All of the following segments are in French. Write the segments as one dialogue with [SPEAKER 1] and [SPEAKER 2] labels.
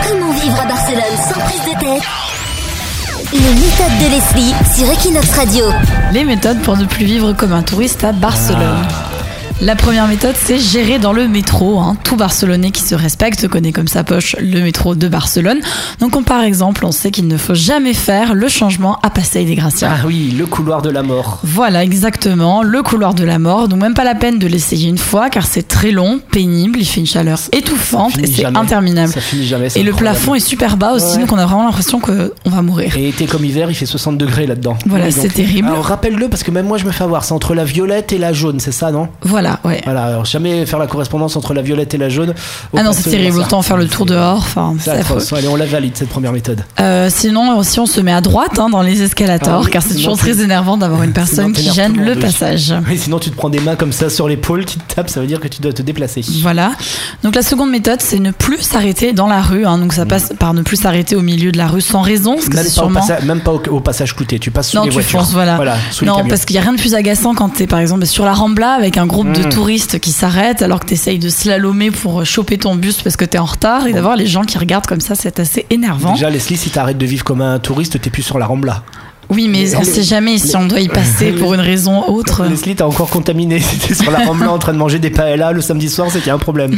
[SPEAKER 1] vivre à Barcelone sans prise de tête. Les méthodes de Leslie sur Equinox Radio.
[SPEAKER 2] Les méthodes pour ne plus vivre comme un touriste à Barcelone. La première méthode, c'est gérer dans le métro. hein. Tout Barcelonais qui se respecte connaît comme sa poche le métro de Barcelone. Donc, on, par exemple, on sait qu'il ne faut jamais faire le changement à Passeig de Gracia.
[SPEAKER 3] Ah oui, le couloir de la mort.
[SPEAKER 2] Voilà, exactement, le couloir de la mort. Donc, même pas la peine de l'essayer une fois, car c'est très long, pénible, il fait une chaleur étouffante et
[SPEAKER 3] Finit
[SPEAKER 2] c'est
[SPEAKER 3] jamais.
[SPEAKER 2] interminable.
[SPEAKER 3] Ça finit jamais. c'est
[SPEAKER 2] Et le
[SPEAKER 3] incroyable.
[SPEAKER 2] plafond est super bas aussi,
[SPEAKER 3] Ouais.
[SPEAKER 2] donc on a vraiment l'impression qu'on va mourir.
[SPEAKER 3] Et été comme hiver, il fait 60 degrés là-dedans.
[SPEAKER 2] Voilà,
[SPEAKER 3] Oui, donc-
[SPEAKER 2] c'est terrible.
[SPEAKER 3] Alors rappelle-le parce que même moi je me fais avoir. C'est entre la violette et la jaune, c'est ça, non
[SPEAKER 2] Voilà, ouais.
[SPEAKER 3] Voilà, alors jamais faire la correspondance entre la violette et la jaune. Au
[SPEAKER 2] Ah non,
[SPEAKER 3] passé,
[SPEAKER 2] c'est terrible,
[SPEAKER 3] ça.
[SPEAKER 2] autant faire le tour dehors, enfin,
[SPEAKER 3] C'est
[SPEAKER 2] c'est
[SPEAKER 3] atroce.
[SPEAKER 2] affreux.
[SPEAKER 3] Allez, on la valide cette première méthode.
[SPEAKER 2] Euh, sinon, aussi, on se met à droite hein, dans les escalators,
[SPEAKER 3] Ah oui,
[SPEAKER 2] car c'est
[SPEAKER 3] sinon,
[SPEAKER 2] toujours
[SPEAKER 3] t'es-
[SPEAKER 2] très énervant d'avoir une personne qui
[SPEAKER 3] t'énerves tout
[SPEAKER 2] gêne
[SPEAKER 3] le
[SPEAKER 2] le
[SPEAKER 3] monde.
[SPEAKER 2] passage.
[SPEAKER 3] Oui, sinon tu te prends des mains comme ça sur l'épaule, tu te tapes, ça veut dire que tu dois te déplacer.
[SPEAKER 2] Voilà. Donc la seconde méthode, c'est ne plus s'arrêter dans la rue. hein. Donc ça passe par ne plus s'arrêter au milieu de la rue sans raison, parce que
[SPEAKER 3] Mmh. Même
[SPEAKER 2] c'est
[SPEAKER 3] pas,
[SPEAKER 2] sûrement.
[SPEAKER 3] au passa- même pas au, au passage clouté, tu passes sous
[SPEAKER 2] Non,
[SPEAKER 3] les
[SPEAKER 2] tu
[SPEAKER 3] voitures.
[SPEAKER 2] fonces, voilà.
[SPEAKER 3] sous les
[SPEAKER 2] non,
[SPEAKER 3] camions.
[SPEAKER 2] parce qu'il n'y a rien de plus agaçant quand t'es par exemple sur la Rambla avec un groupe de
[SPEAKER 3] Mm.
[SPEAKER 2] touristes qui s'arrêtent alors que t'essayes de slalomer pour euh, choper ton bus parce que t'es en retard et d'avoir les gens qui regardent comme ça, c'est assez énervant.
[SPEAKER 3] Mmh. Déjà, Leslie, si t'arrêtes de vivre comme un touriste, t'es plus sur la rambla.
[SPEAKER 2] Oui, mais
[SPEAKER 3] Les-
[SPEAKER 2] on
[SPEAKER 3] les-
[SPEAKER 2] sait jamais si on doit y passer pour une raison autre.
[SPEAKER 3] Leslie, t'as encore contaminé. C'était sur la rambla en train de manger des paella le samedi soir, c'est qu'il y a un problème.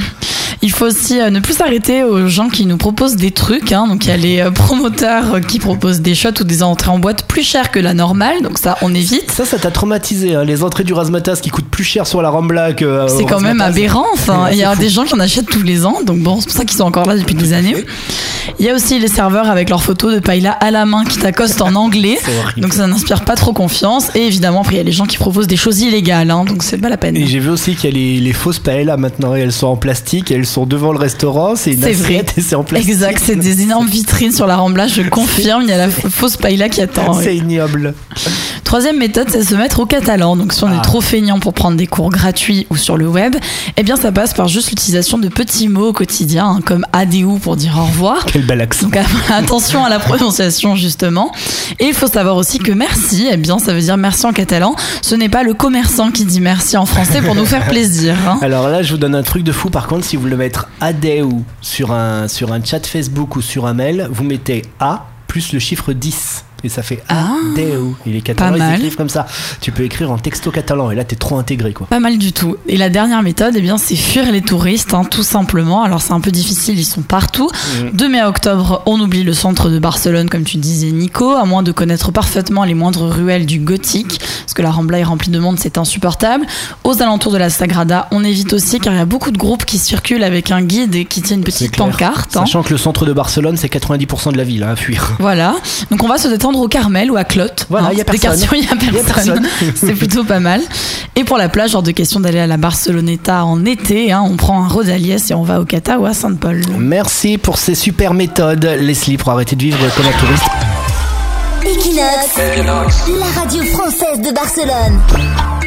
[SPEAKER 2] Il faut aussi euh, ne plus s'arrêter aux gens qui nous proposent des trucs. hein. Donc il y a les euh, promoteurs euh, qui proposent des shots ou des entrées en boîte plus chères que la normale. Donc ça, on évite.
[SPEAKER 3] Ça, ça t'a traumatisé. hein. Les entrées du Razmataz qui coûtent plus cher sur la rambla que. euh,
[SPEAKER 2] C'est
[SPEAKER 3] au
[SPEAKER 2] quand même
[SPEAKER 3] Razmataz.
[SPEAKER 2] aberrant. Enfin,
[SPEAKER 3] Ouais,
[SPEAKER 2] il y a
[SPEAKER 3] c'est fou.
[SPEAKER 2] des gens qui en achètent tous les ans. Donc bon, c'est pour ça qu'ils sont encore là depuis des années. Il y a aussi les serveurs avec leurs photos de paella à la main qui t'accostent en anglais.
[SPEAKER 3] C'est horrible.
[SPEAKER 2] Donc ça n'inspire pas trop confiance. Et évidemment, après, il y a les gens qui proposent des choses illégales. hein. donc c'est pas la peine.
[SPEAKER 3] Et j'ai vu aussi qu'il y a les, les fausses paellas maintenant, et elles sont en plastique, elles sont devant le restaurant, c'est une
[SPEAKER 2] C'est vrai.
[SPEAKER 3] assiette et c'est en plastique.
[SPEAKER 2] Exact, c'est des énormes vitrines sur la Rambla, je confirme, il y a la fausse paella qui attend. oui.
[SPEAKER 3] Ah, C'est ignoble.
[SPEAKER 2] Troisième méthode, c'est se mettre au catalan. Donc, si on
[SPEAKER 3] Ah.
[SPEAKER 2] est trop feignant pour prendre des cours gratuits ou sur le web, eh bien, ça passe par juste l'utilisation de petits mots au quotidien, hein, comme ADU pour dire au revoir.
[SPEAKER 3] Quel bel accent.
[SPEAKER 2] Donc, attention à la prononciation, justement. Et il faut savoir aussi que merci, eh bien, ça veut dire merci en catalan. Ce n'est pas le commerçant qui dit merci en français pour nous faire plaisir. hein.
[SPEAKER 3] Alors là, je vous donne un truc de fou. Par contre, si vous voulez mettre ADEU sur un, sur un chat Facebook ou sur un mail, vous mettez A plus le chiffre 10. Et ça fait
[SPEAKER 2] Ah.
[SPEAKER 3] ADEU. Et les
[SPEAKER 2] Pas
[SPEAKER 3] catalans, ils
[SPEAKER 2] mal.
[SPEAKER 3] écrivent comme ça. Tu peux écrire en texto catalan. Et là, t'es trop intégré, quoi.
[SPEAKER 2] Pas mal du tout. Et la dernière méthode, eh bien, c'est fuir les touristes, hein, tout simplement. Alors c'est un peu difficile, ils sont partout.
[SPEAKER 3] Mm.
[SPEAKER 2] De mai à octobre, on oublie le centre de Barcelone, comme tu disais, Nico, à moins de connaître parfaitement les moindres ruelles du gothique, parce que la Rambla est remplie de monde, c'est insupportable. Aux alentours de la Sagrada, on évite aussi, car il y a beaucoup de groupes qui circulent avec un guide et qui tient une
[SPEAKER 3] C'est
[SPEAKER 2] petite
[SPEAKER 3] clair.
[SPEAKER 2] pancarte. hein.
[SPEAKER 3] Sachant que le centre de Barcelone, c'est 90% de la ville hein, à fuir.
[SPEAKER 2] Voilà. Donc on va se détendre au Carmel ou à Clotte.
[SPEAKER 3] Voilà, y
[SPEAKER 2] c'est
[SPEAKER 3] a
[SPEAKER 2] des
[SPEAKER 3] personne.
[SPEAKER 2] quartiers où il
[SPEAKER 3] Y
[SPEAKER 2] n'y
[SPEAKER 3] a
[SPEAKER 2] a
[SPEAKER 3] personne.
[SPEAKER 2] personne. c'est plutôt pas mal. Et pour la plage, hors de question d'aller à la Barceloneta en été. hein. on prend un Rodalies et on va au Cata ou à Sainte-Paul.
[SPEAKER 3] Merci pour ces super méthodes, Leslie, pour arrêter de vivre comme un touriste.
[SPEAKER 1] Equinox, la radio française de Barcelone.